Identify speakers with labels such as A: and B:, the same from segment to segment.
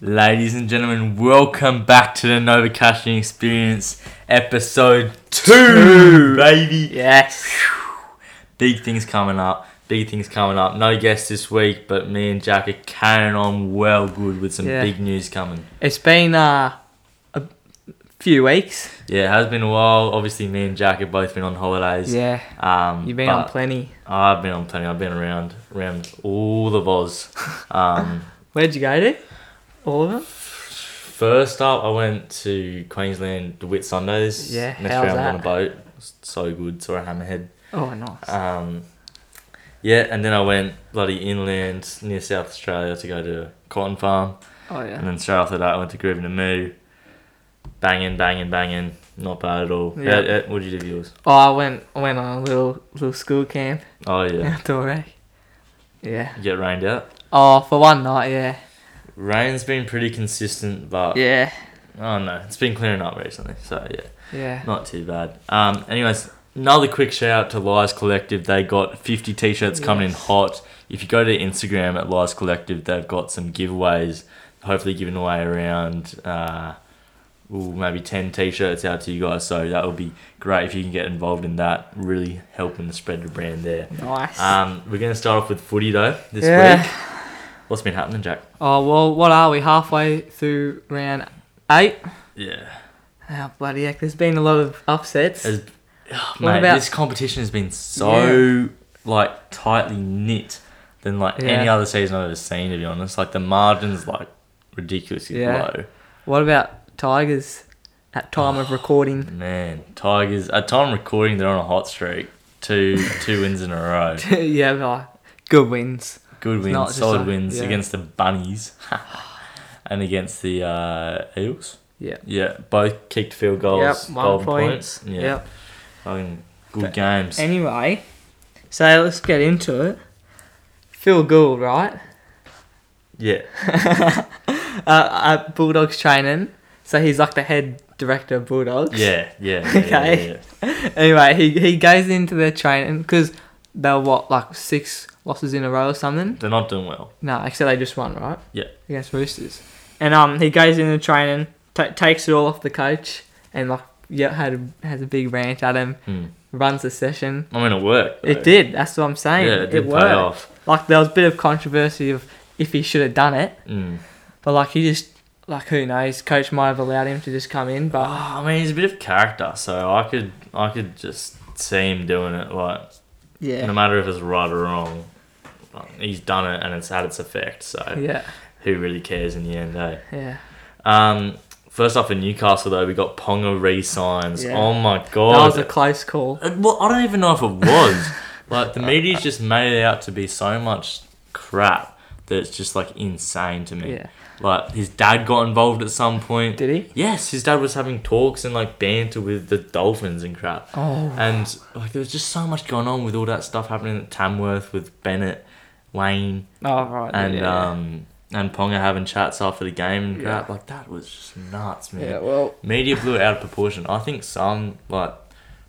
A: Ladies and gentlemen, welcome back to the Nova Cashing Experience, episode two, baby.
B: Yes.
A: Big things coming up. Big things coming up. No guests this week, but me and Jack are carrying on well good with some
B: Yeah.
A: big news coming.
B: It's been uh, a few weeks.
A: Yeah, it has been a while. Obviously, me and Jack have both been on holidays.
B: Yeah.
A: Um,
B: You've been
A: but
B: on plenty.
A: I've been on plenty. I've been around around all the Voz. Um,
B: Where'd you go to? All of them?
A: First up, I went to Queensland DeWitt Sundays.
B: Yeah,
A: next
B: how's
A: round on a
B: that?
A: boat. It was So good. Saw a hammerhead.
B: Oh, nice.
A: Um, yeah, and then I went bloody inland near South Australia to go to Cotton Farm,
B: oh,
A: and
B: yeah.
A: then straight after that I went to Grosvenor Moo. Banging, banging, banging. Not bad at all. Uh,
B: Yeah.
A: Yeah, yeah, What'd you do for yours?
B: Oh, I went I went on a little little school camp
A: Oh yeah,
B: outdoor, eh? Yeah.
A: you get rained out.
B: Oh, for one night, yeah.
A: Rain's been pretty consistent, but
B: Yeah.
A: oh no, it's been clearing up recently. So yeah.
B: Yeah.
A: Not too bad. Um, anyways, another quick shout out to Lies Collective. They got 50 t shirts coming in
B: Yes.
A: hot. If you go to Instagram at Lies Collective, they've got some giveaways, hopefully giving away around uh, ooh, maybe 10 t shirts out to you guys. So that would be great if you can get involved in that, really helping to spread the brand there.
B: Nice.
A: Um, we're going to start off with footy though this
B: Yeah.
A: week. What's been happening, Jack?
B: oh, well, what are we? Halfway through round eight?
A: Yeah.
B: Oh, bloody heck. There's been a lot of upsets.
A: As, oh,
B: What
A: mate,
B: about-
A: this competition has been so like tightly knit than like any
B: Yeah.
A: other season I've ever seen. To be honest, like the margins like ridiculously
B: Yeah. What about Tigers at time of
A: low.
B: recording?
A: Man, Tigers at time of recording they're on a hot streak. Two two wins in a row.
B: yeah, like, good wins.
A: Good
B: not
A: wins,
B: just
A: solid
B: like-
A: wins
B: yeah.
A: against the bunnies. And against the uh, Eels,
B: Yeah.
A: yeah, both kicked field goals,
B: Yep, one
A: golden
B: point.
A: points, yeah,
B: Yep.
A: fucking good games.
B: Anyway, so let's get into it. Phil Gould, right?
A: yeah,
B: Uh, at Bulldogs training. So he's like the head director of Bulldogs.
A: yeah, yeah, yeah,
B: Okay.
A: yeah, yeah.
B: Anyway, he, he goes into their training because they were what, like six losses in a row or something?
A: They're not doing well.
B: No, except they just won, right?
A: Yeah.
B: Against Roosters. And um, he goes into training, ta takes it all off the coach, and like, yeah, had a, has a big rant at him,
A: Hmm.
B: runs the session.
A: I mean, it worked. though.
B: It did, that's what I'm saying.
A: Uh, Yeah, it did pay
B: worked.
A: off.
B: Like, there was a bit of controversy of if he should have done it.
A: Mm.
B: But like he just like who knows, coach might have allowed him to just come in,
A: Oh,
B: but
A: I mean, he's a bit of character, so I could, I could just see him doing it. Like, no
B: yeah.
A: matter if it's right or wrong, like, he's done it and it's had its effect. So
B: Yeah,
A: who really cares in the end, eh?
B: yeah.
A: Um, first off, in Newcastle though, we got Ponga re-signs.
B: Yeah.
A: Oh my
B: That was
A: god!
B: a close call.
A: Uh, well, I don't even know if it was. like the media's just made it out to be so much crap that it's just like insane to me.
B: Yeah.
A: Like his dad got involved at some point.
B: Did he?
A: Yes, his dad was having talks and like banter with the dolphins and crap.
B: Oh
A: And like there was just so much going on with all that stuff happening at Tamworth with Bennett, Wayne,
B: Oh right.
A: and
B: yeah.
A: um and Ponga having chats after the game and
B: Yeah.
A: crap. Like that was just nuts, man.
B: Yeah, well
A: Media blew it out of proportion. I think some like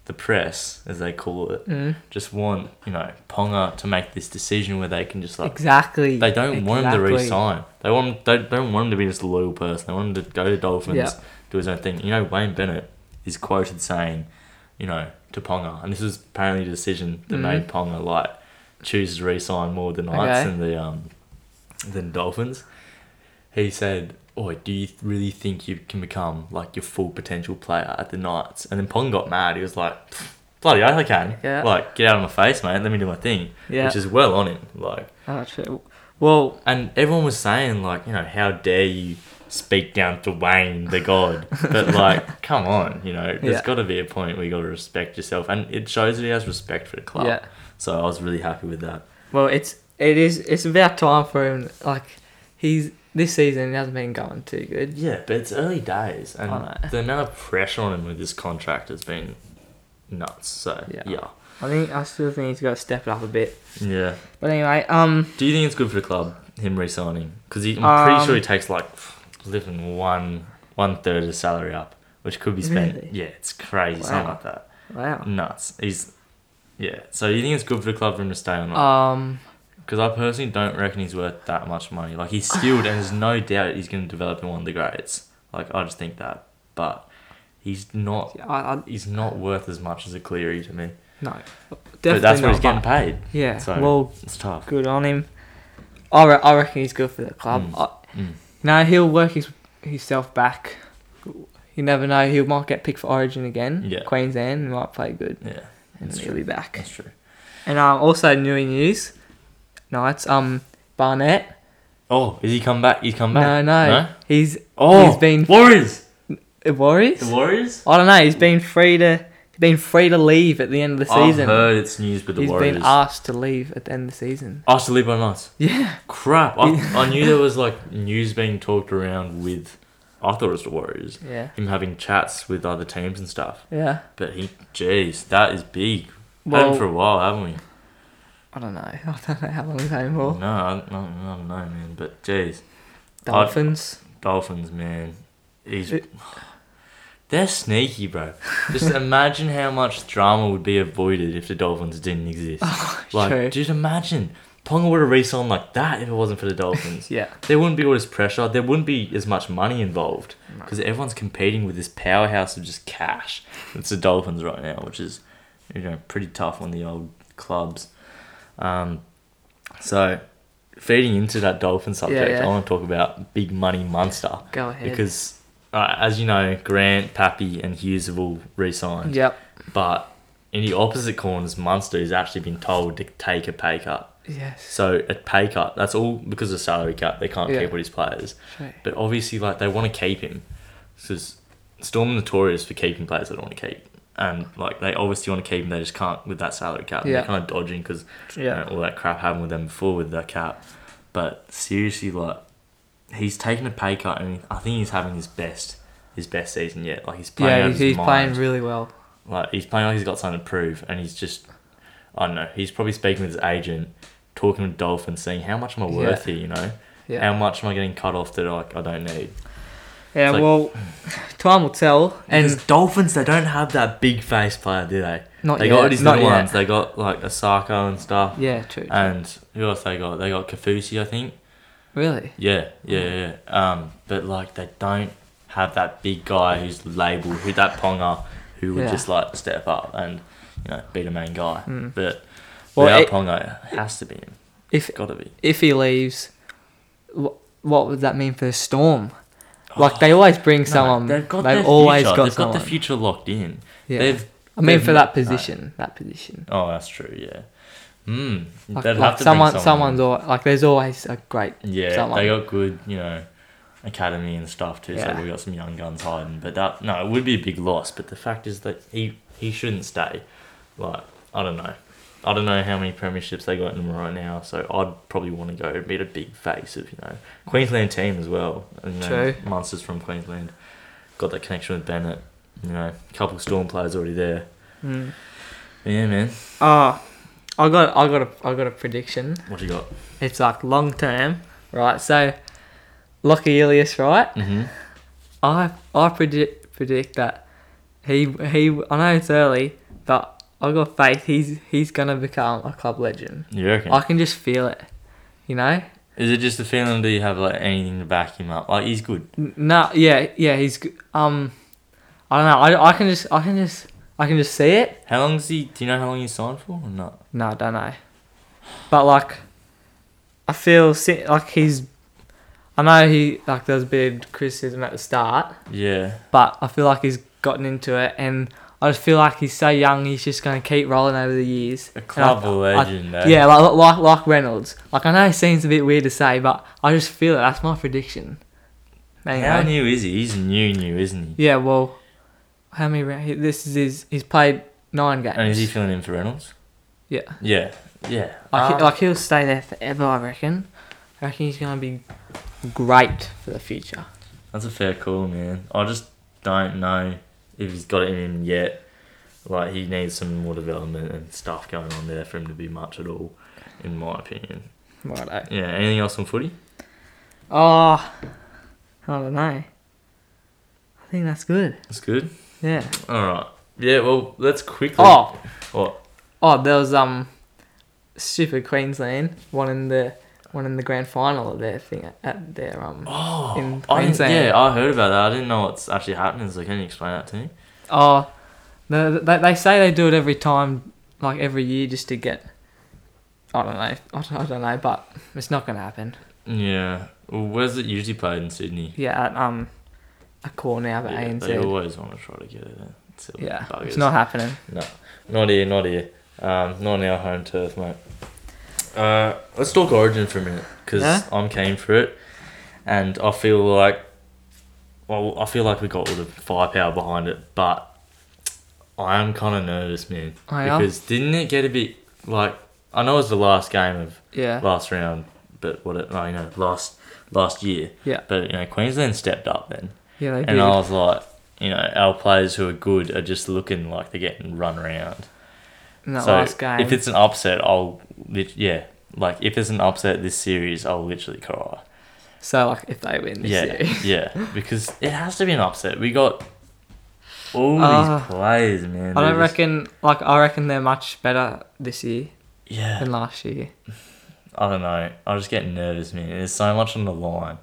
A: the press, as they call it,
B: mm,
A: just want you know Ponga to make this decision where they can just like
B: exactly.
A: they don't want him to
B: exactly.
A: resign. They want him, they don't want him to be just a loyal person. They want him to go to Dolphins,
B: Yeah.
A: do his own thing. You know, Wayne Bennett is quoted saying, you know, to Ponga, and this was apparently the decision that
B: Mhm.
A: made Ponga like choose to resign more than Knights
B: Okay.
A: and the um than Dolphins. He said, "Oi, do you really think you can become like your full potential player at the Knights?" And then Ponga got mad. He was like, "Pfft, "Bloody hell, I can!
B: Yeah.
A: Like, get out of my face, mate. Let me do my thing."
B: Yeah.
A: Which is well on him. Like,
B: Oh, true. Well
A: and everyone was saying like, you know, how dare you speak down to Wayne the God? But like, come on, you know, there's
B: Yeah.
A: got to be a point where you got to respect yourself, and it shows that he has respect for the club.
B: Yeah.
A: So I was really happy with that.
B: well it's it is it's about time for him like he's this season he hasn't been going too good.
A: Yeah, but it's early days, and
B: I know.
A: the amount of pressure on him with this contract has been nuts. So yeah.
B: Yeah.
A: yeah,
B: I think I still think he's gotta step it up a bit. But anyway, um
A: Do you think it's good for the club him re-signing? Because I'm pretty
B: Um,
A: sure he takes like living one one third of the salary up, which could be spent.
B: Really?
A: Yeah, it's crazy, something
B: Wow.
A: like that.
B: wow.
A: Mm. Nuts. He's yeah. So you think it's good for the club for him to stay or not?
B: Um
A: Because I personally don't reckon he's worth that much money. Like he's skilled, and there's no doubt he's going to develop in one of the greats. Like I just think that, but he's not.
B: Yeah, I, I,
A: He's not worth as much as a Cleary to me.
B: no, definitely
A: but that's
B: not.
A: what he's getting
B: but-
A: paid.
B: Yeah.
A: so-
B: Well,
A: It's tough.
B: good on him. I, re- I reckon he's good for the club.
A: Mm.
B: I,
A: Mm.
B: No, he'll work his himself back. You never know. He might get picked for Origin again.
A: Yeah.
B: Queensland he might play good,
A: Yeah,
B: and
A: That's
B: then he'll
A: true.
B: be back.
A: that's true.
B: And um, also new news. No, it's um Barnett.
A: Oh, is he come back? He's come back.
B: No, no,
A: No?
B: He's
A: Oh,
B: He's been-
A: Warriors.
B: it worries.
A: The Warriors.
B: I don't know. He's been free to he's been free to leave at the end of the season.
A: I've heard it's news with the
B: He's
A: Warriors.
B: been asked to leave at the end of the season.
A: Asked to leave or not?
B: Yeah.
A: Crap! I, I knew there was like news being talked around with. I thought it was the Warriors.
B: Yeah.
A: Him having chats with other teams and stuff.
B: Yeah.
A: But he, jeez, that is big. had him
B: Well,
A: for a while, haven't we?
B: I don't know. I don't know how long he's home for.
A: No, I don't, I don't know, man. But jeez,
B: Dolphins.
A: Dolphins, man. He's
B: It-
A: they're sneaky, bro. Just imagine how much drama would be avoided if the Dolphins didn't exist. like,
B: Oh, True.
A: just imagine Ponga would have re-signed like that if it wasn't for the Dolphins.
B: Yeah.
A: There wouldn't be all this pressure. There wouldn't be as much money involved because everyone's competing with this powerhouse of just cash. It's the Dolphins right now, which is you know pretty tough on the old clubs. Um, so feeding into that Dolphin subject,
B: yeah.
A: I want to talk about big money monster
B: Go ahead.
A: because uh, as you know, Grant, Pappy, and Hughes have all re-signed.
B: Yep.
A: But in the opposite corners, Munster has actually been told to take a pay cut.
B: Yes.
A: So a pay cut. That's all because of salary cut. They can't
B: Yeah.
A: keep all these players.
B: True.
A: But obviously, like they want to keep him. Because Storm are notorious for keeping players they don't want to keep, and like they obviously want to keep him. They just can't with that salary cap.
B: Yeah.
A: They're kind of dodging because
B: Yeah.
A: all that crap happened with them before with that cap. But seriously, like he's taking a pay cut, and I think he's having his best his best season yet. Like he's playing. out
B: Yeah,
A: of
B: he's,
A: his
B: he's
A: mind.
B: playing really well.
A: Like he's playing like he's got something to prove, and he's just, I don't know. He's probably speaking with his agent, talking with Dolphin, saying how much am I
B: Yeah.
A: worth here, you know?
B: Yeah.
A: How much am I getting cut off that like I don't need?
B: yeah.
A: it's like-
B: well, time will tell,
A: And
B: and
A: Dolphins, they don't have that big face player, do they?
B: not
A: they
B: yet.
A: got all these
B: not
A: little
B: yet.
A: ones. They got like Asako and stuff,
B: Yeah. True.
A: and who else they got? They got Kafusi, I think.
B: really.
A: Yeah, yeah, yeah, yeah. Um, but like they don't have that big guy who's labelled, who that Ponga, who would
B: Yeah.
A: just like step up and you know be the main guy.
B: Mm.
A: But
B: Well,
A: without
B: it-
A: Ponga, it has to be him.
B: If
A: Got to be.
B: if he leaves, what, what would that mean for the Storm? Like they always bring
A: Oh, No,
B: someone.
A: they've got
B: they've
A: their
B: always
A: future.
B: got
A: they've
B: someone.
A: got the future locked in.
B: yeah.
A: They've.
B: I mean,
A: they've
B: for
A: not-
B: that position, that position.
A: Oh, that's true. Yeah. Hmm.
B: Like,
A: they'd
B: like
A: have to bring
B: someone,
A: someone.
B: someone's al- like there's always a great.
A: Yeah,
B: someone.
A: they got good, you know, academy and stuff too.
B: Yeah.
A: So we got some young guns hiding. But that no, it would be a big loss. But the fact is that he he shouldn't stay. Like I don't know, I don't know how many premierships they got in them right now. So I'd probably want to go meet a big face of you know Queensland team as well. And, you know,
B: True.
A: Munster's from Queensland. Got that connection with Bennett. You know, a couple Storm players already there.
B: Mm.
A: But yeah, man.
B: Oh, I got I got a I got a prediction.
A: What you got?
B: It's like long term, right? So, Lockie Ilias, right?
A: Mhm.
B: I I predict predict that he he I know it's early, but I got faith he's he's gonna become a club legend.
A: You reckon?
B: I can just feel it, you know.
A: Is it just the feeling? Do you have like anything to back him up? Like he's good.
B: N- No, yeah, yeah, he's g- um, I don't know. I, I can just I can just I can just see it.
A: How long's he? Do you know how long he signed for or not?
B: No, I don't know. But like, I feel si- like he's. I know he like there was a bit of criticism at the start,
A: Yeah,
B: but I feel like he's gotten into it, and I just feel like he's so young. He's just gonna keep rolling over the years.
A: a
B: And
A: club
B: I-
A: legend.
B: I,
A: eh?
B: yeah, like, like like Reynolds. Like I know it seems a bit weird to say, but I just feel it. That's my prediction.
A: How
B: Anyway,
A: new is he? He's new, new, isn't he?
B: yeah. Well, how many? ra- he- This is his. He's played nine games.
A: And is he filling in for Reynolds?
B: yeah.
A: Yeah, yeah.
B: Like, he-
A: Um,
B: like he'll stay there forever. I reckon. I reckon he's gonna be great for the future.
A: that's a fair call, man. I just don't know if he's got it in him yet. Like he needs some more development and stuff going on there for him to be much at all, in my opinion.
B: Righto.
A: Yeah. Anything else on footy?
B: Oh, I don't know. I think that's good.
A: That's good.
B: Yeah.
A: All right. Yeah. Well, let's quickly.
B: Oh,
A: What?
B: Oh, there was um, stupid Queensland won in the won in the grand final of their thing at their um.
A: Oh, I
B: In
A: didn't-
B: Queensland.
A: yeah, I heard about that. I didn't know what's actually happening. So can you explain that to me?
B: Oh, no, they they say they do it every time, like every year, just to get. I don't know. I don't, I don't know, but it's not gonna happen.
A: Yeah. Well, where's it usually played in Sydney?
B: Yeah, at, um, a call now at
A: Yeah, they
B: ANZ.
A: always want to try to get it. In. Silly
B: Yeah,
A: buggers.
B: it's not happening.
A: No, not here, not here. Um, not on our home turf, mate. Uh, let's talk Origin for a minute because
B: Yeah?
A: I'm keen for it, and I feel like, well, I feel like we got all the firepower behind it, but I am kind of nervous, man,
B: Oh, yeah?
A: because didn't it get a bit like I know it was the last game of
B: Yeah,
A: last round, but what it, well, you know, last last year,
B: yeah,
A: but you know, Queensland stepped up then.
B: yeah. They
A: And
B: did.
A: I was like, you know, our players who are good are just looking like they're getting run around.
B: in that
A: so
B: last game.
A: if it's an upset, I'll lit- yeah, like if there's an upset this series, I'll literally cry.
B: so like if they win this
A: yeah,
B: series,
A: yeah, because it has to be an upset. We got all
B: Ah.
A: these players, man.
B: I
A: they're
B: don't
A: just-
B: reckon. Like I reckon they're much better this year
A: Yeah,
B: than last year.
A: I don't know. I just get nervous, man. There's so much on the line.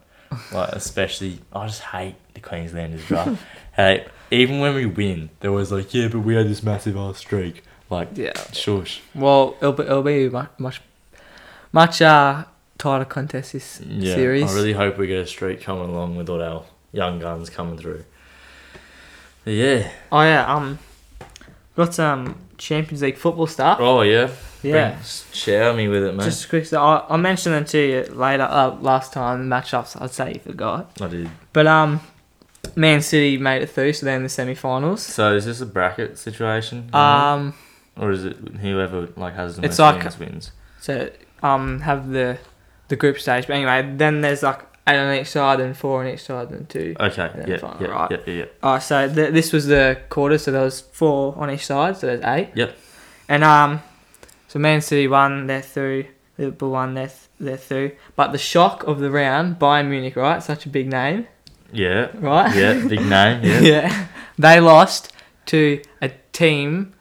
A: Like especially, I just hate the Queenslanders, bro. hey, even when we win, they're always like, yeah, but we had this massive ass streak. Like,
B: Yeah.
A: shush.
B: Well, it'll be it'll be much much, much uh tighter contest this
A: Yeah,
B: series.
A: I really hope we get a streak coming along with all our young guns coming through. But yeah.
B: Oh yeah, um, got some Champions League football stuff.
A: Oh yeah.
B: yeah,
A: Bring- shower me with it, man.
B: just a quick. So I I mentioned them to you later uh, last time the matchups. I'd say you forgot,
A: I did.
B: but um, Man City made it through, so they're in the semi-finals.
A: So is this a bracket situation?
B: Um,
A: or is it whoever like has the most
B: It's like-
A: wins wins?
B: so um, have the the group stage. But anyway, then there's like eight on each side and four on each side and two.
A: Okay.
B: Yeah,
A: Yeah.
B: fine,
A: Yeah,
B: right.
A: yeah. Yeah. Yeah.
B: Oh, so th- this was the quarter, so there was four on each side, so there's eight.
A: Yep.
B: And um, so Man City won, they're through. Liverpool won, they're, th- they're through. But the shock of the round, Bayern Munich, right? Such a big name,
A: Yeah.
B: right?
A: yeah, big name. Yeah.
B: Yeah. They lost to a team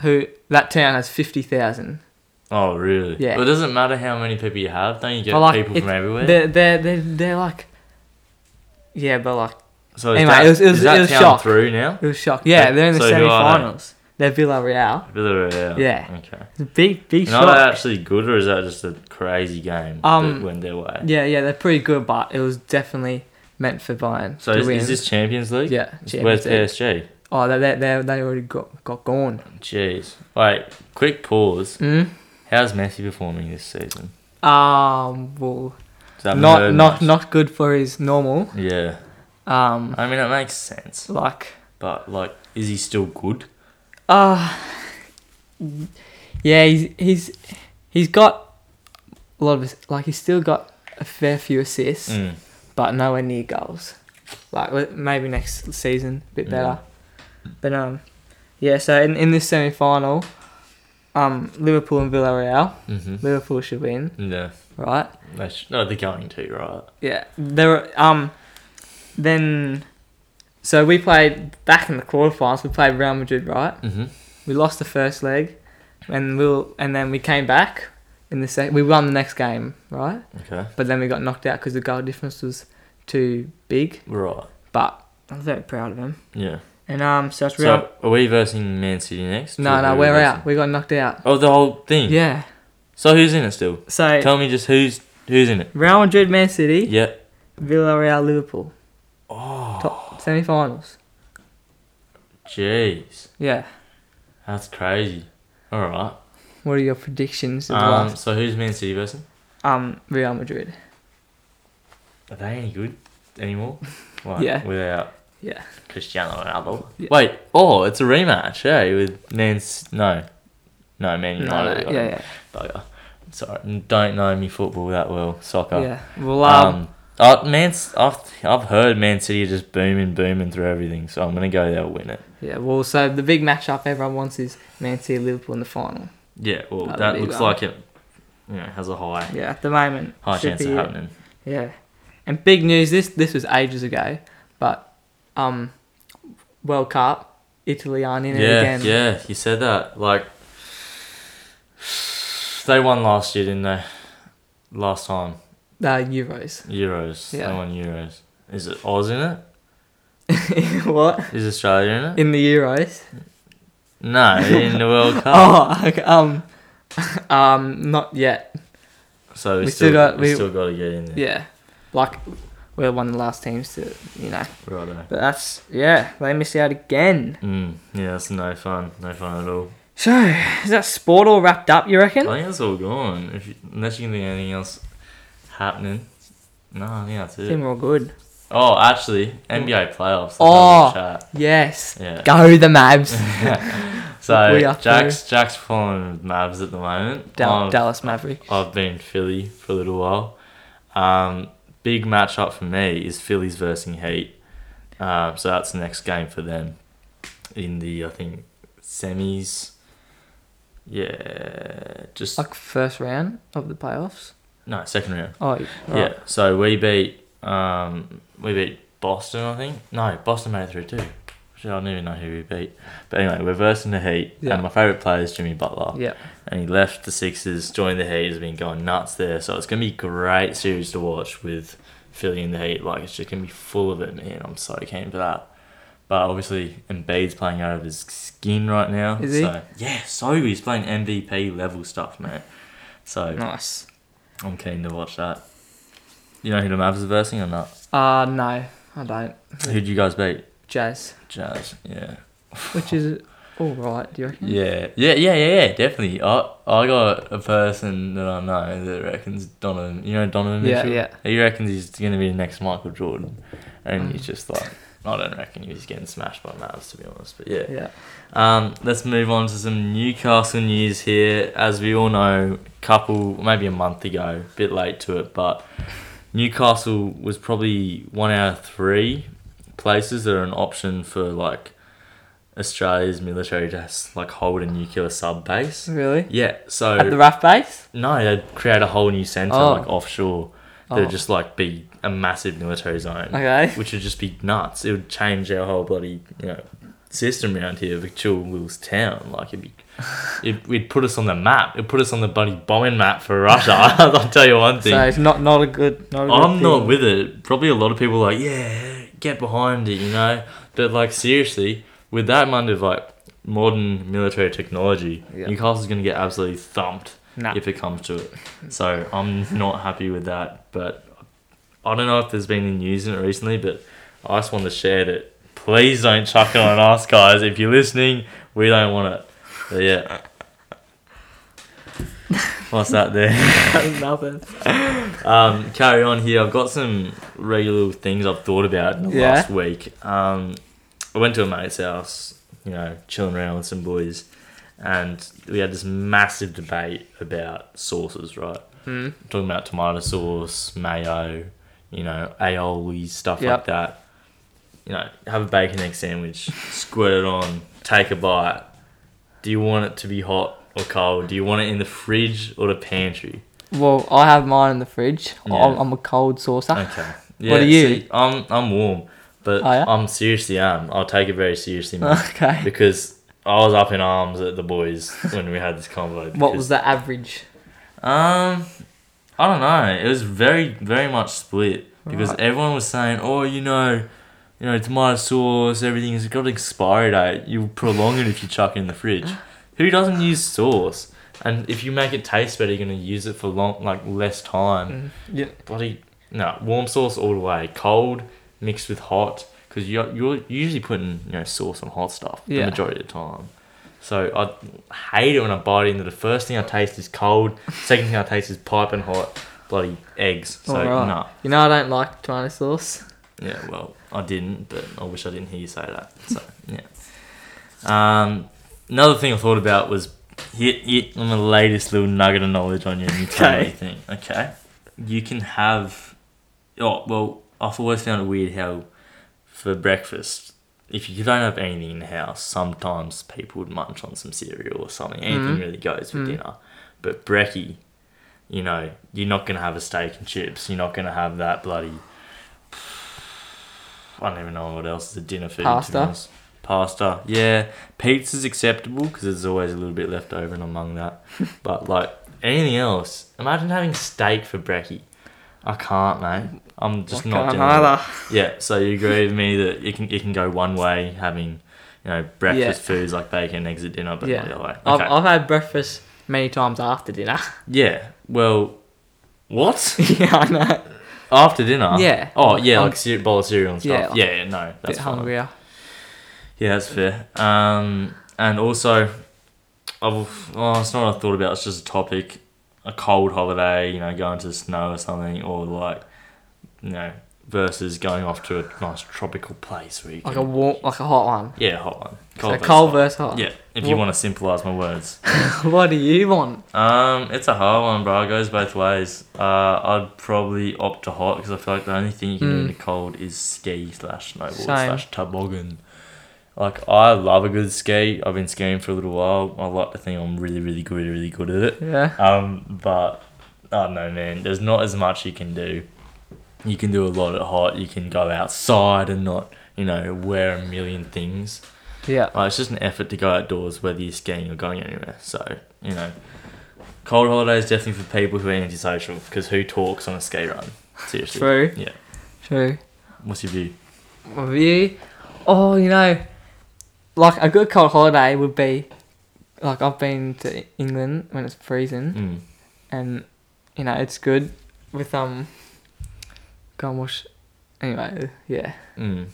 B: who that town has fifty thousand.
A: Oh, really?
B: Yeah.
A: Well, it doesn't matter how many people you have. Don't you get
B: But, like,
A: people from
B: it-
A: everywhere?
B: They're they're they're they're like. Yeah, but like
A: so is
B: Anyway,
A: that,
B: it was- it
A: is
B: was-
A: that
B: it was
A: town
B: shock.
A: through now?
B: it was shock. Yeah, they're in the
A: So who are they?
B: semi-finals. They're Villarreal.
A: Villarreal.
B: Yeah.
A: Okay.
B: It's a big big
A: And are
B: shock.
A: they actually good, or is that just a crazy game
B: Um,
A: that went their way?
B: Yeah, yeah, they're pretty good, but it was definitely meant for Bayern.
A: So
B: to
A: is,
B: win.
A: is this Champions League?
B: yeah?
A: Where's
B: Champions League.
A: PSG?
B: Oh, they they they they already got got gone.
A: Jeez. Wait, quick pause.
B: Mm?
A: How's Messi performing this season?
B: Um, well,
A: So I haven't
B: not
A: heard
B: not
A: much.
B: not good for his normal.
A: Yeah.
B: Um,
A: I mean, it makes sense.
B: like
A: But, like, is he still good?
B: uh yeah, he's he's he's got a lot of like he's still got a fair few assists,
A: Mm.
B: but nowhere near goals. Like w- maybe next season, a bit better. But um, yeah. So in, in this semi final, um, Liverpool and Villarreal.
A: Mm-hmm.
B: Liverpool should win,
A: Yeah.
B: right?
A: They sh- no, they're going to, right?
B: Yeah. There were um, then, so we played back in the quarterfinals. We played Real Madrid, right?
A: Mm-hmm.
B: We lost the first leg, and we'll and then we came back in the second. We won the next game, right?
A: Okay.
B: But then we got knocked out because the goal difference was too big.
A: Right.
B: But I'm very proud of him.
A: Yeah.
B: And um, so it's Real.
A: So, are we versing Man City next?
B: no,
A: Or
B: no,
A: who are
B: we're
A: we
B: out.
A: versing?
B: We got knocked out.
A: Oh, the whole thing?
B: Yeah.
A: So, who's in it still?
B: So
A: Tell me just who's who's in it.
B: Real Madrid, Man City,
A: Yeah.
B: Villarreal, Liverpool,
A: Oh,
B: top semi-finals.
A: jeez.
B: Yeah.
A: That's crazy. All right.
B: What are your predictions? Of
A: Um,
B: um,
A: so, who's Man City versing?
B: um, Real Madrid.
A: Are they any good anymore? Like,
B: Yeah.
A: Without
B: Yeah.
A: Cristiano Ronaldo.
B: Yeah.
A: Wait, oh, it's a rematch, hey, with Nan's. No. No, Man
B: No,
A: United.
B: no,
A: got
B: yeah,
A: it.
B: yeah,
A: Bugger. Sorry, don't know me football that well, soccer.
B: yeah. Well, um,
A: uh, Man, C- I've, I've heard Man City are just booming, booming through everything, so I'm going to go there and win it.
B: yeah. Well, so the big matchup everyone wants is Man City Liverpool in the final.
A: Yeah, well,
B: That'll
A: that
B: be
A: looks
B: well.
A: like it you know, has a high
B: Yeah, at the moment.
A: high
B: should
A: chance of
B: be it.
A: happening.
B: Yeah, and big news. This this was ages ago, but um, World Cup, Italy aren't in it
A: yeah,
B: again.
A: yeah, you said that. Like, They won last year, didn't they? Last time
B: Uh, Euros.
A: Euros. They
B: Yeah.
A: won Euros. Is it Oz in it?
B: what?
A: Is Australia in it?
B: In the Euros?
A: no, in the World Cup.
B: Oh, okay, um, um, not yet.
A: so we,
B: we
A: still,
B: still got-
A: we
B: we-
A: still got to get in there.
B: Yeah, like we're one of the last teams to, you know.
A: Righto.
B: But that's yeah, they miss out again.
A: Mm, yeah, that's no fun. No fun at all.
B: So is that sport all wrapped up? You
A: I
B: reckon?
A: think that's all gone. If you, unless you can think of anything else happening. No, I think that's
B: I
A: it.
B: think we're all good.
A: Oh, actually, NBA playoffs. Let's have a
B: Oh.
A: chat.
B: Yes.
A: Yeah.
B: Go the Mavs.
A: Oh. so
B: We are
A: Jack's Jack's falling with Mavs at the moment.
B: Dal-
A: I've-
B: Dallas Maverick.
A: I've been Philly for a little while. Um, big matchup for me is Phillies versus Heat. Um, so that's the next game for them in the I think semis. Yeah, just
B: Like first round of the playoffs.
A: no second round.
B: Oh right.
A: Yeah. So we beat um we beat Boston, I think. No, Boston made it through too. Shit, I don't even know who we beat. But anyway, we're versing the Heat,
B: Yeah.
A: and my favorite player is Jimmy Butler.
B: Yeah.
A: And he left the Sixers, joined the Heat, has been going nuts there. So it's gonna be a great series to watch with Philly and the Heat. Like it's just gonna be full of it, man. I'm so keen for that. But obviously, Embiid's playing out of his skin right now.
B: Is he?
A: So, yeah, so he's playing MVP level stuff, mate. So
B: Nice.
A: I'm keen to watch that. You know who the Mavs are versing or not?
B: Uh no, I don't.
A: Who'd you guys beat?
B: Jazz,
A: Jazz. Yeah.
B: which is all right. Do you reckon?
A: Yeah. Yeah. Yeah. Yeah. yeah definitely. I I got a person that I know that reckons Donovan. You know Donovan
B: Yeah,
A: Mitchell.
B: yeah.
A: He reckons he's gonna be the next Michael Jordan, and he's
B: Mm.
A: just like. I don't reckon he's getting smashed by Mavs to be honest, but yeah.
B: Yeah.
A: Um, let's move on to some Newcastle news here. As we all know, couple maybe a month ago, bit late to it, but Newcastle was probably one out of three places that are an option for like Australia's military to s- like hold a nuclear sub base.
B: Really?
A: Yeah, so
B: At the rough base?
A: no, they'd create a whole new centre
B: Oh.
A: like offshore.
B: Oh.
A: There'd just like be a massive military zone
B: Okay.
A: which would just be nuts. It would change our whole bloody you know system around here, of a chill little town. Like it'd be, it, it'd put us on the map. It'd put us on the bloody bombing map for Russia. I'll tell you one thing.
B: So it's not not a good. Not a good
A: I'm not
B: thing.
A: with it. Probably a lot of people are like, yeah, get behind it, you know. But like seriously, with that amount of like modern military technology,
B: Yeah.
A: Newcastle's gonna get absolutely thumped
B: Nah.
A: if it comes to it. So I'm not happy with that. But I don't know if there's been any news in it recently, but I just want to share that. Please don't chuck it on us, guys. If you're listening, we don't want it. But yeah. What's that there?
B: Nothing.
A: um, carry on here. I've got some regular little things I've thought about in the
B: Yeah.
A: last week. Um, I went to a mate's house, you know, chilling around with some boys, and we had this massive debate about sauces, right?
B: Hmm.
A: talking about tomato sauce, mayo, you know, aioli, stuff like
B: Yep.
A: that. You know, have a bacon egg sandwich, squirt it on, take a bite. Do you want it to be hot or cold? Do you want it in the fridge or the pantry?
B: Well, I have mine in the fridge.
A: Yeah.
B: I'm, I'm a cold saucer.
A: Okay.
B: What are you?
A: see, I'm I'm warm, but
B: Oh, yeah?
A: I'm seriously am. I'll take it very seriously, man,
B: Okay.
A: because I was up in arms at the boys when we had this convo.
B: What was the average?
A: that? Um, I don't know. It was very very much split because
B: Right.
A: everyone was saying, oh, you know. You know, tomato sauce, everything has got an expiry date. You prolong it if you chuck it in the fridge. Who doesn't use sauce? And if you make it taste better, you're gonna use it for long, like less time.
B: Mm, Yeah.
A: bloody no warm sauce all the way. Cold mixed with hot because you're you're usually putting you know sauce on hot stuff the
B: Yeah.
A: majority of the time. So I hate it when I bite into the first thing I taste is cold. Second thing I taste is piping hot bloody eggs. So
B: Alright.
A: nah.
B: You know I don't like tomato sauce.
A: Yeah, well, I didn't, but I wish I didn't hear you say that. So, yeah. Um, another thing I thought about was hit it on the latest little nugget of knowledge on your new
B: Okay.
A: thing. Okay. You can have. Oh, well, I've always found it weird how for breakfast, if you don't have anything in the house, sometimes people would munch on some cereal or something. Anything
B: Mhm.
A: really goes with
B: Mm.
A: dinner. But brekkie, you know, you're not going to have a steak and chips. You're not going to have that bloody. I don't even know what else is a dinner food. to be
B: Pasta?
A: honest. Pasta, yeah. Pizza's acceptable because there's always a little bit left over and among that. but like anything else. Imagine having steak for brekkie. I can't, mate. I'm just
B: I
A: not
B: can't
A: doing it.
B: either.
A: Yeah, so you agree with me that it can it can go one way having, you know, breakfast
B: Yeah.
A: foods like bacon, eggs at dinner, but not the other way.
B: I've,
A: Okay.
B: I've had breakfast many times after dinner.
A: Yeah. Well, what
B: yeah, I know.
A: after dinner?
B: Yeah.
A: Oh yeah,
B: I'm-
A: like a bowl of cereal and
B: Yeah,
A: stuff.
B: like-
A: Yeah, yeah, no,
B: a
A: that's
B: bit
A: fine.
B: hungrier.
A: Yeah, that's fair. Um, and also, I've oh, it's not what I thought about. It's just a topic. A cold holiday, you know, going to the snow or something, or like, you know, versus going off to a nice tropical place where you
B: Like
A: can
B: a warm, like a hot one.
A: Yeah, hot one.
B: Cold so
A: versus
B: cold
A: hot.
B: versus hot.
A: Yeah, if you
B: Wha-
A: want to simplify my words.
B: what do you want?
A: Um, it's a hard one, bro. It goes both ways. Uh, I'd probably opt to hot because I feel like the only thing you can do in
B: Mm.
A: the cold is ski slash snowboard
B: Same.
A: slash toboggan. Like I love a good ski. I've been skiing for a little while. I like to think I'm really, really good, really good at it.
B: Yeah.
A: Um, but I don't know, man. There's not as much you can do. You can do a lot at hot. You can go outside and not, you know, wear a million things.
B: Yeah.
A: Like, it's just an effort to go outdoors, whether you're skiing or going anywhere. So, you know, cold holidays definitely for people who are antisocial, because who talks on a ski run? Seriously.
B: True.
A: Yeah.
B: True.
A: What's your view?
B: My view. Oh, you know, like a good cold holiday would be, like I've been to England when it's freezing,
A: Mm.
B: and you know it's good with um. Go and wash. Anyway, yeah.
A: Mm.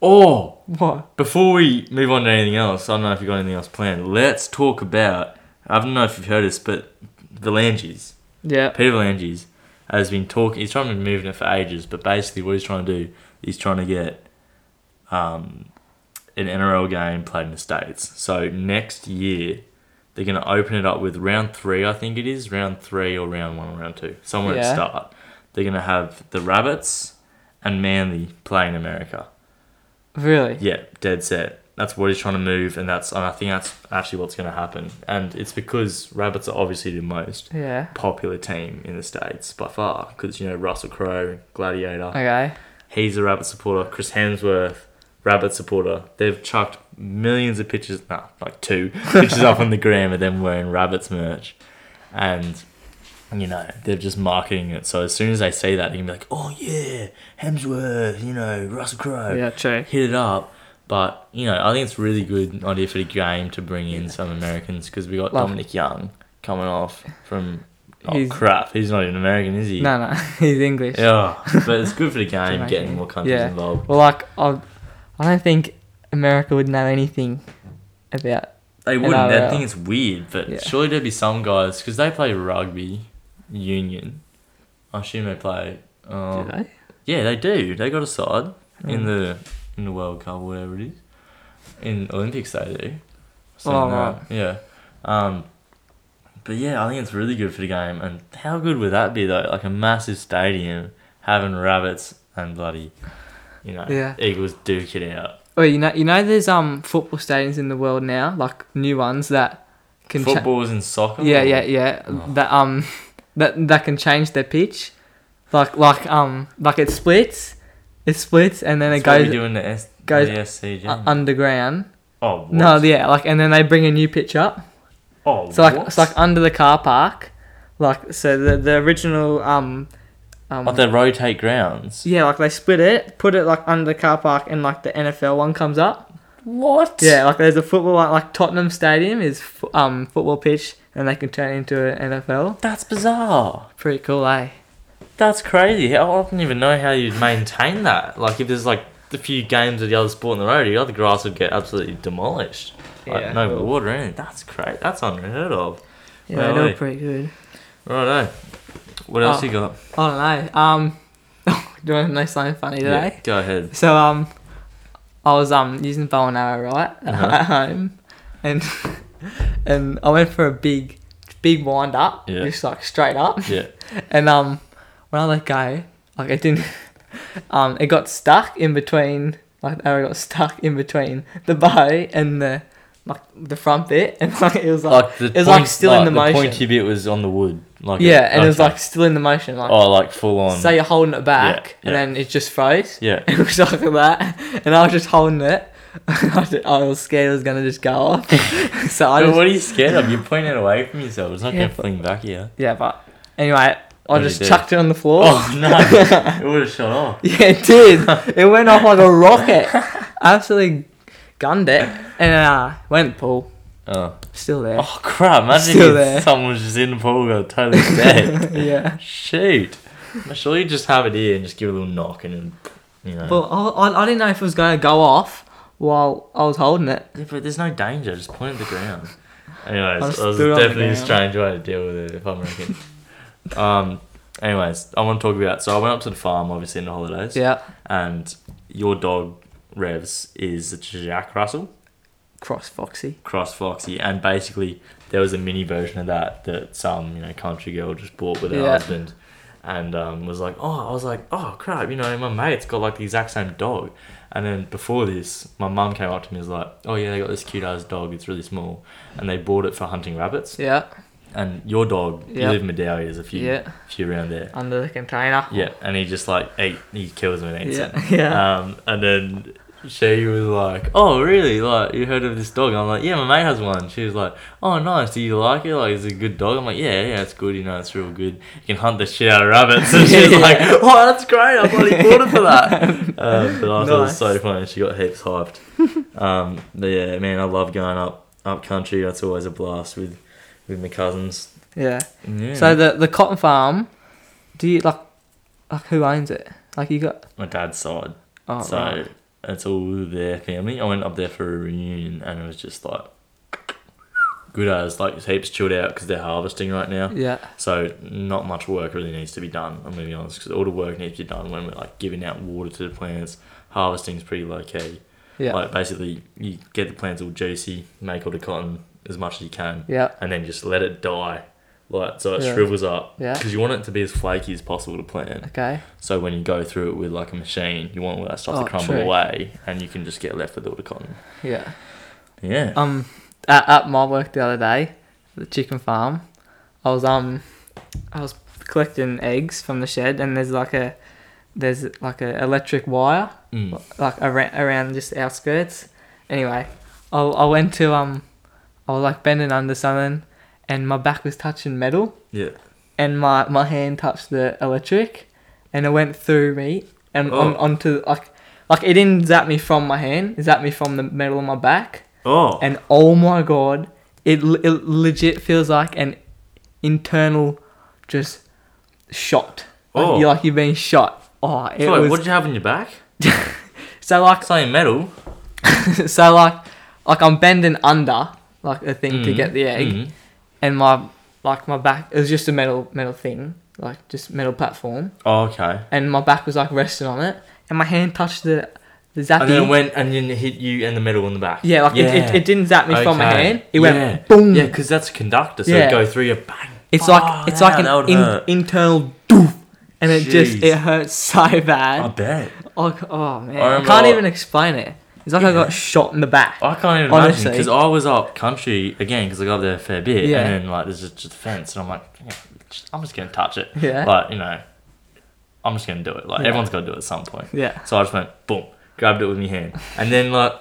A: Oh,
B: What?
A: before we move on to anything else, I don't know if you've got anything else planned. Let's talk about, I don't know if you've heard this, but Valanges,
B: Yeah.
A: Peter Valanges, has been talking, he's trying to be moving it for ages, but basically what he's trying to do, he's trying to get um, an NRL game played in the States. So next year, they're going to open it up with round three, I think it is, round three or round one or round two, somewhere at
B: Yeah.
A: the start. They're going to have the Rabbits and Manly play in America.
B: Really?
A: Yeah, dead set. That's what he's trying to move, and that's and I think that's actually what's going to happen. And it's because Rabbits are obviously the most
B: Yeah.
A: popular team in the States by far, because, you know, Russell Crowe, Gladiator,
B: Okay.
A: he's a rabbit supporter. Chris Hemsworth, rabbit supporter. They've chucked millions of pictures, nah, like two pictures up on the gram of them wearing rabbits merch, and you know they're just marketing it. So as soon as they see that, they can be like, "Oh yeah, Hemsworth, you know Russell Crowe,
B: Yeah. True.
A: hit it up." But you know, I think it's a really good idea for the game to bring in some Americans because we got
B: Love.
A: Dominic Young coming off from. Oh
B: He's-
A: crap! He's not even American, is he?
B: No, no. He's English.
A: Yeah, but it's good for the game
B: Jamaican.
A: getting more countries
B: Yeah.
A: involved.
B: Well, like I, I don't think America would know anything about.
A: They wouldn't. That
B: NRL.
A: thing is weird, but
B: Yeah.
A: surely there'd be some guys because they play rugby union. I assume they play.
B: Do
A: Um,
B: they?
A: yeah, they do. They got a side in
B: Mm.
A: the in the World Cup, whatever it is. In Olympics, they do.
B: Oh,
A: Something like that. Yeah. Um, but yeah, I think it's really good for the game. And how good would that be though? Like a massive stadium having rabbits and bloody, you know,
B: Yeah.
A: Eagles duke it out.
B: Well, Oh, you know, you know, there's um football stadiums in the world now, like new ones that can. cha-
A: Footballers and soccer.
B: yeah, yeah, yeah.
A: Oh.
B: That um, that that can change their pitch, like like um like it splits, it splits and then
A: That's
B: it
A: what we
B: goes
A: do in the S-
B: goes
A: the SCG.
B: u- underground.
A: oh what?
B: No, yeah, like and then they bring a new pitch up.
A: oh
B: So like
A: what?
B: it's like under the car park, like so the the original um um.
A: oh, they rotate grounds.
B: yeah, like they split it, put it like under the car park, and like the NFL one comes up.
A: What?
B: Yeah, like there's a football like, like Tottenham Stadium is fo- um football pitch and they can turn it into an NFL.
A: That's bizarre.
B: Pretty cool, eh?
A: That's crazy. I don't even know how you'd maintain that. Like if there's like a few games of the other sport on the road, the other grass would get absolutely demolished. Like
B: Yeah.
A: no water in it. That's crazy. That's unheard of.
B: Yeah,
A: Well,
B: they're
A: eh?
B: pretty good.
A: Righto. What else
B: Oh,
A: you got?
B: I don't know. Um, do you want to know something funny
A: Yeah,
B: today?
A: go ahead.
B: So um, I was um using bow and arrow right
A: Uh-huh.
B: at home, and and I went for a big, big wind up,
A: Yeah.
B: just like straight up,
A: Yeah.
B: and um when I let go, like it didn't, um it got stuck in between like the arrow got stuck in between the bow and the like the front bit, and like it was like,
A: Like the
B: it was like still in the
A: the
B: motion.
A: pointy bit was on the wood. Like
B: yeah, and it was
A: okay.
B: like still in the motion, like
A: oh, like full on.
B: say you're holding it back,
A: yeah.
B: and then it just froze.
A: yeah.
B: It was like that, and I was just holding it, I was scared it was gonna just go off. so I
A: But
B: just,
A: what are you scared of? You're pointing away from yourself. It's not
B: Yeah,
A: going to fling back here.
B: yeah, but anyway, I
A: What'd you
B: just
A: do?
B: chucked it on the floor.
A: Oh, no. it would have shot off.
B: Yeah, it did. it went off like a rocket. Absolutely gunned it, and uh, went in the pool.
A: Oh,
B: Still there.
A: oh crap. Imagine
B: Eh? Still
A: if
B: there.
A: someone was just in the pool got totally dead.
B: yeah.
A: Shoot. Surely you just have it here and just give it a little knock and, it'll, you know.
B: Well, I, I, I didn't know if it was gonna go off while I was holding it.
A: Yeah, but there's no danger. Just point at the ground. Anyways,
B: Just
A: that was
B: do it on the
A: definitely a
B: ground.
A: strange way to deal with it, if I'm reckon. um, anyways, I want to talk about. So I went up to the farm, obviously, in the holidays.
B: Yeah.
A: And your dog Revs is Jack Russell
B: Cross Foxy.
A: cross Foxy, and basically there was a mini version of that that some you know country girl just bought with her
B: Yeah.
A: husband, and um, was like, oh, I was like, oh crap, you know, my mate's got like the exact same dog, and then before this, my mum came up to me and was like, oh yeah, they got this cute ass dog, it's really small, and they bought it for hunting rabbits,
B: Yeah.
A: and your dog, you
B: Yeah.
A: live in Medallia, there's a few,
B: Yeah.
A: few around there,
B: Under the container.
A: yeah, and he just like ate, he kills them and eats it.
B: Yeah. Yeah.
A: Um, and then she was like, "Oh, really? Like, you heard of this dog?" I'm like, "Yeah, my mate has one." She was like, "Oh, nice. Do you like it? Like, it's a good dog." I'm like, "Yeah, yeah, it's good. You know, it's real good. You can hunt the shit out of rabbits." And she's
B: Yeah.
A: like, "Oh, that's great. I bloody bought it for that." Um, but I thought it was
B: Nice.
A: so funny. She got heaps hyped. Um, but yeah, man, I love going up up country. That's always a blast with with my cousins.
B: yeah.
A: Yeah.
B: So the the cotton farm, do you like like who owns it? Like you got
A: my dad's side.
B: oh
A: so
B: right.
A: it's all their family. I went up there for a reunion and it was just like good as like heaps chilled out because they're harvesting right now.
B: yeah
A: So not much work really needs to be done. I'm gonna be honest because all the work needs to be done when we're like giving out water to the plants. Harvesting's pretty low key.
B: yeah
A: Like basically you get the plants all juicy, make all the cotton as much as you can,
B: yeah
A: and then just let it die. Like so it
B: Yeah.
A: shrivels up
B: yeah
A: because you want it to be as flaky as possible to plant.
B: okay
A: So when you go through it with like a machine, you want all that stuff
B: Oh,
A: to crumble
B: true.
A: away, and you can just get left with all the cotton.
B: yeah.
A: Yeah.
B: Um, at, at my work the other day, the chicken farm, I was um, I was collecting eggs from the shed, and there's like a, there's like a electric wire,
A: Mm.
B: like around, around just the outskirts. Anyway, I, I went to um, I was like bending under something, and my back was touching metal,
A: Yeah.
B: and my my hand touched the electric, and it went through me and on,
A: Oh.
B: onto like. Like it didn't zap me from my hand, it zapped me from the metal on my back
A: Oh.
B: and oh my god, it, l- it legit feels like an internal just shot. Like,
A: Oh.
B: you're like you've been shot. Oh, it
A: Sorry,
B: was
A: what did you have in your back?
B: so like
A: Same metal.
B: so like like I'm bending under like a thing to
A: Mm,
B: get the egg,
A: mm.
B: and my like my back it was just a metal metal thing like just metal platform,
A: Oh, okay.
B: and my back was like resting on it, and my hand touched the the zappy.
A: And then it went and then it hit you in the middle and the back.
B: yeah, like It, it, it didn't zap me from my
A: Okay.
B: hand. It
A: Yeah.
B: went boom.
A: Yeah, because that's a conductor, so
B: Yeah.
A: it go through your bang.
B: It's
A: Oh,
B: like it's like
A: yeah, that
B: an
A: would
B: in,
A: hurt.
B: internal doof, and it just
A: Jeez.
B: it hurts so bad.
A: bet.
B: Oh, c- oh man,
A: I
B: I,
A: remember
B: can't
A: I-
B: even explain it. It's like I
A: Yeah.
B: got shot in the back.
A: I can't even
B: Honestly.
A: imagine because I was up country again because I got up there a fair bit,
B: Yeah.
A: and then like there's just, just a fence, and I'm like, "Yeah, just- I'm just gonna touch it.
B: Yeah.
A: Like you know, I'm just gonna do it. Like
B: Yeah.
A: everyone's got to do it at some point.
B: Yeah,
A: So I just went boom, grabbed it with my hand, and then like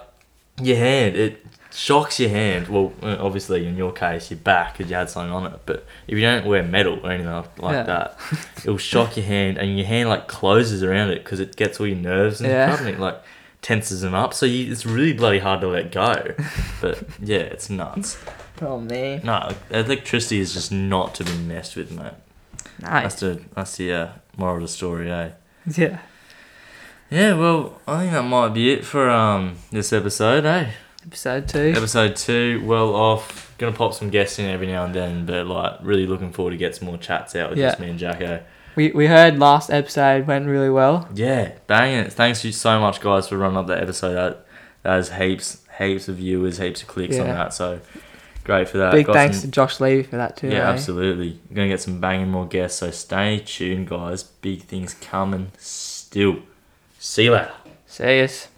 A: your hand, it shocks your hand. Well, uh, obviously in your case, your back because you had something on it. But if you don't wear metal or anything like like
B: Yeah.
A: that, it'll shock your hand, and your hand like closes around it because it gets all your nerves and
B: Yeah.
A: stuff, and it like tenses them up. So you, it's really bloody hard to let go. But yeah, it's nuts.
B: oh man,
A: No, electricity is just not to be messed with, mate. That's
B: nice.
A: the that's the uh, moral of the story, eh?
B: Yeah,
A: Yeah, well, I think that might be it for um this episode, eh?
B: episode two.
A: Episode two, well off. Gonna pop some guests in every now and then, but like really looking forward to get some more chats out with
B: Yeah.
A: just me and Jacko.
B: we we heard last episode went really well.
A: Yeah, banging it. Thanks you so much, guys, for running up that episode. That that has heaps, heaps of viewers, heaps of clicks on
B: Yeah.
A: that. So great for that.
B: Big
A: Uh, Got
B: thanks
A: some-
B: to Josh Levy for that too.
A: yeah,
B: eh?
A: absolutely. Gonna get some banging more guests. So stay tuned, guys. Big things coming still. See you later.
B: See yous.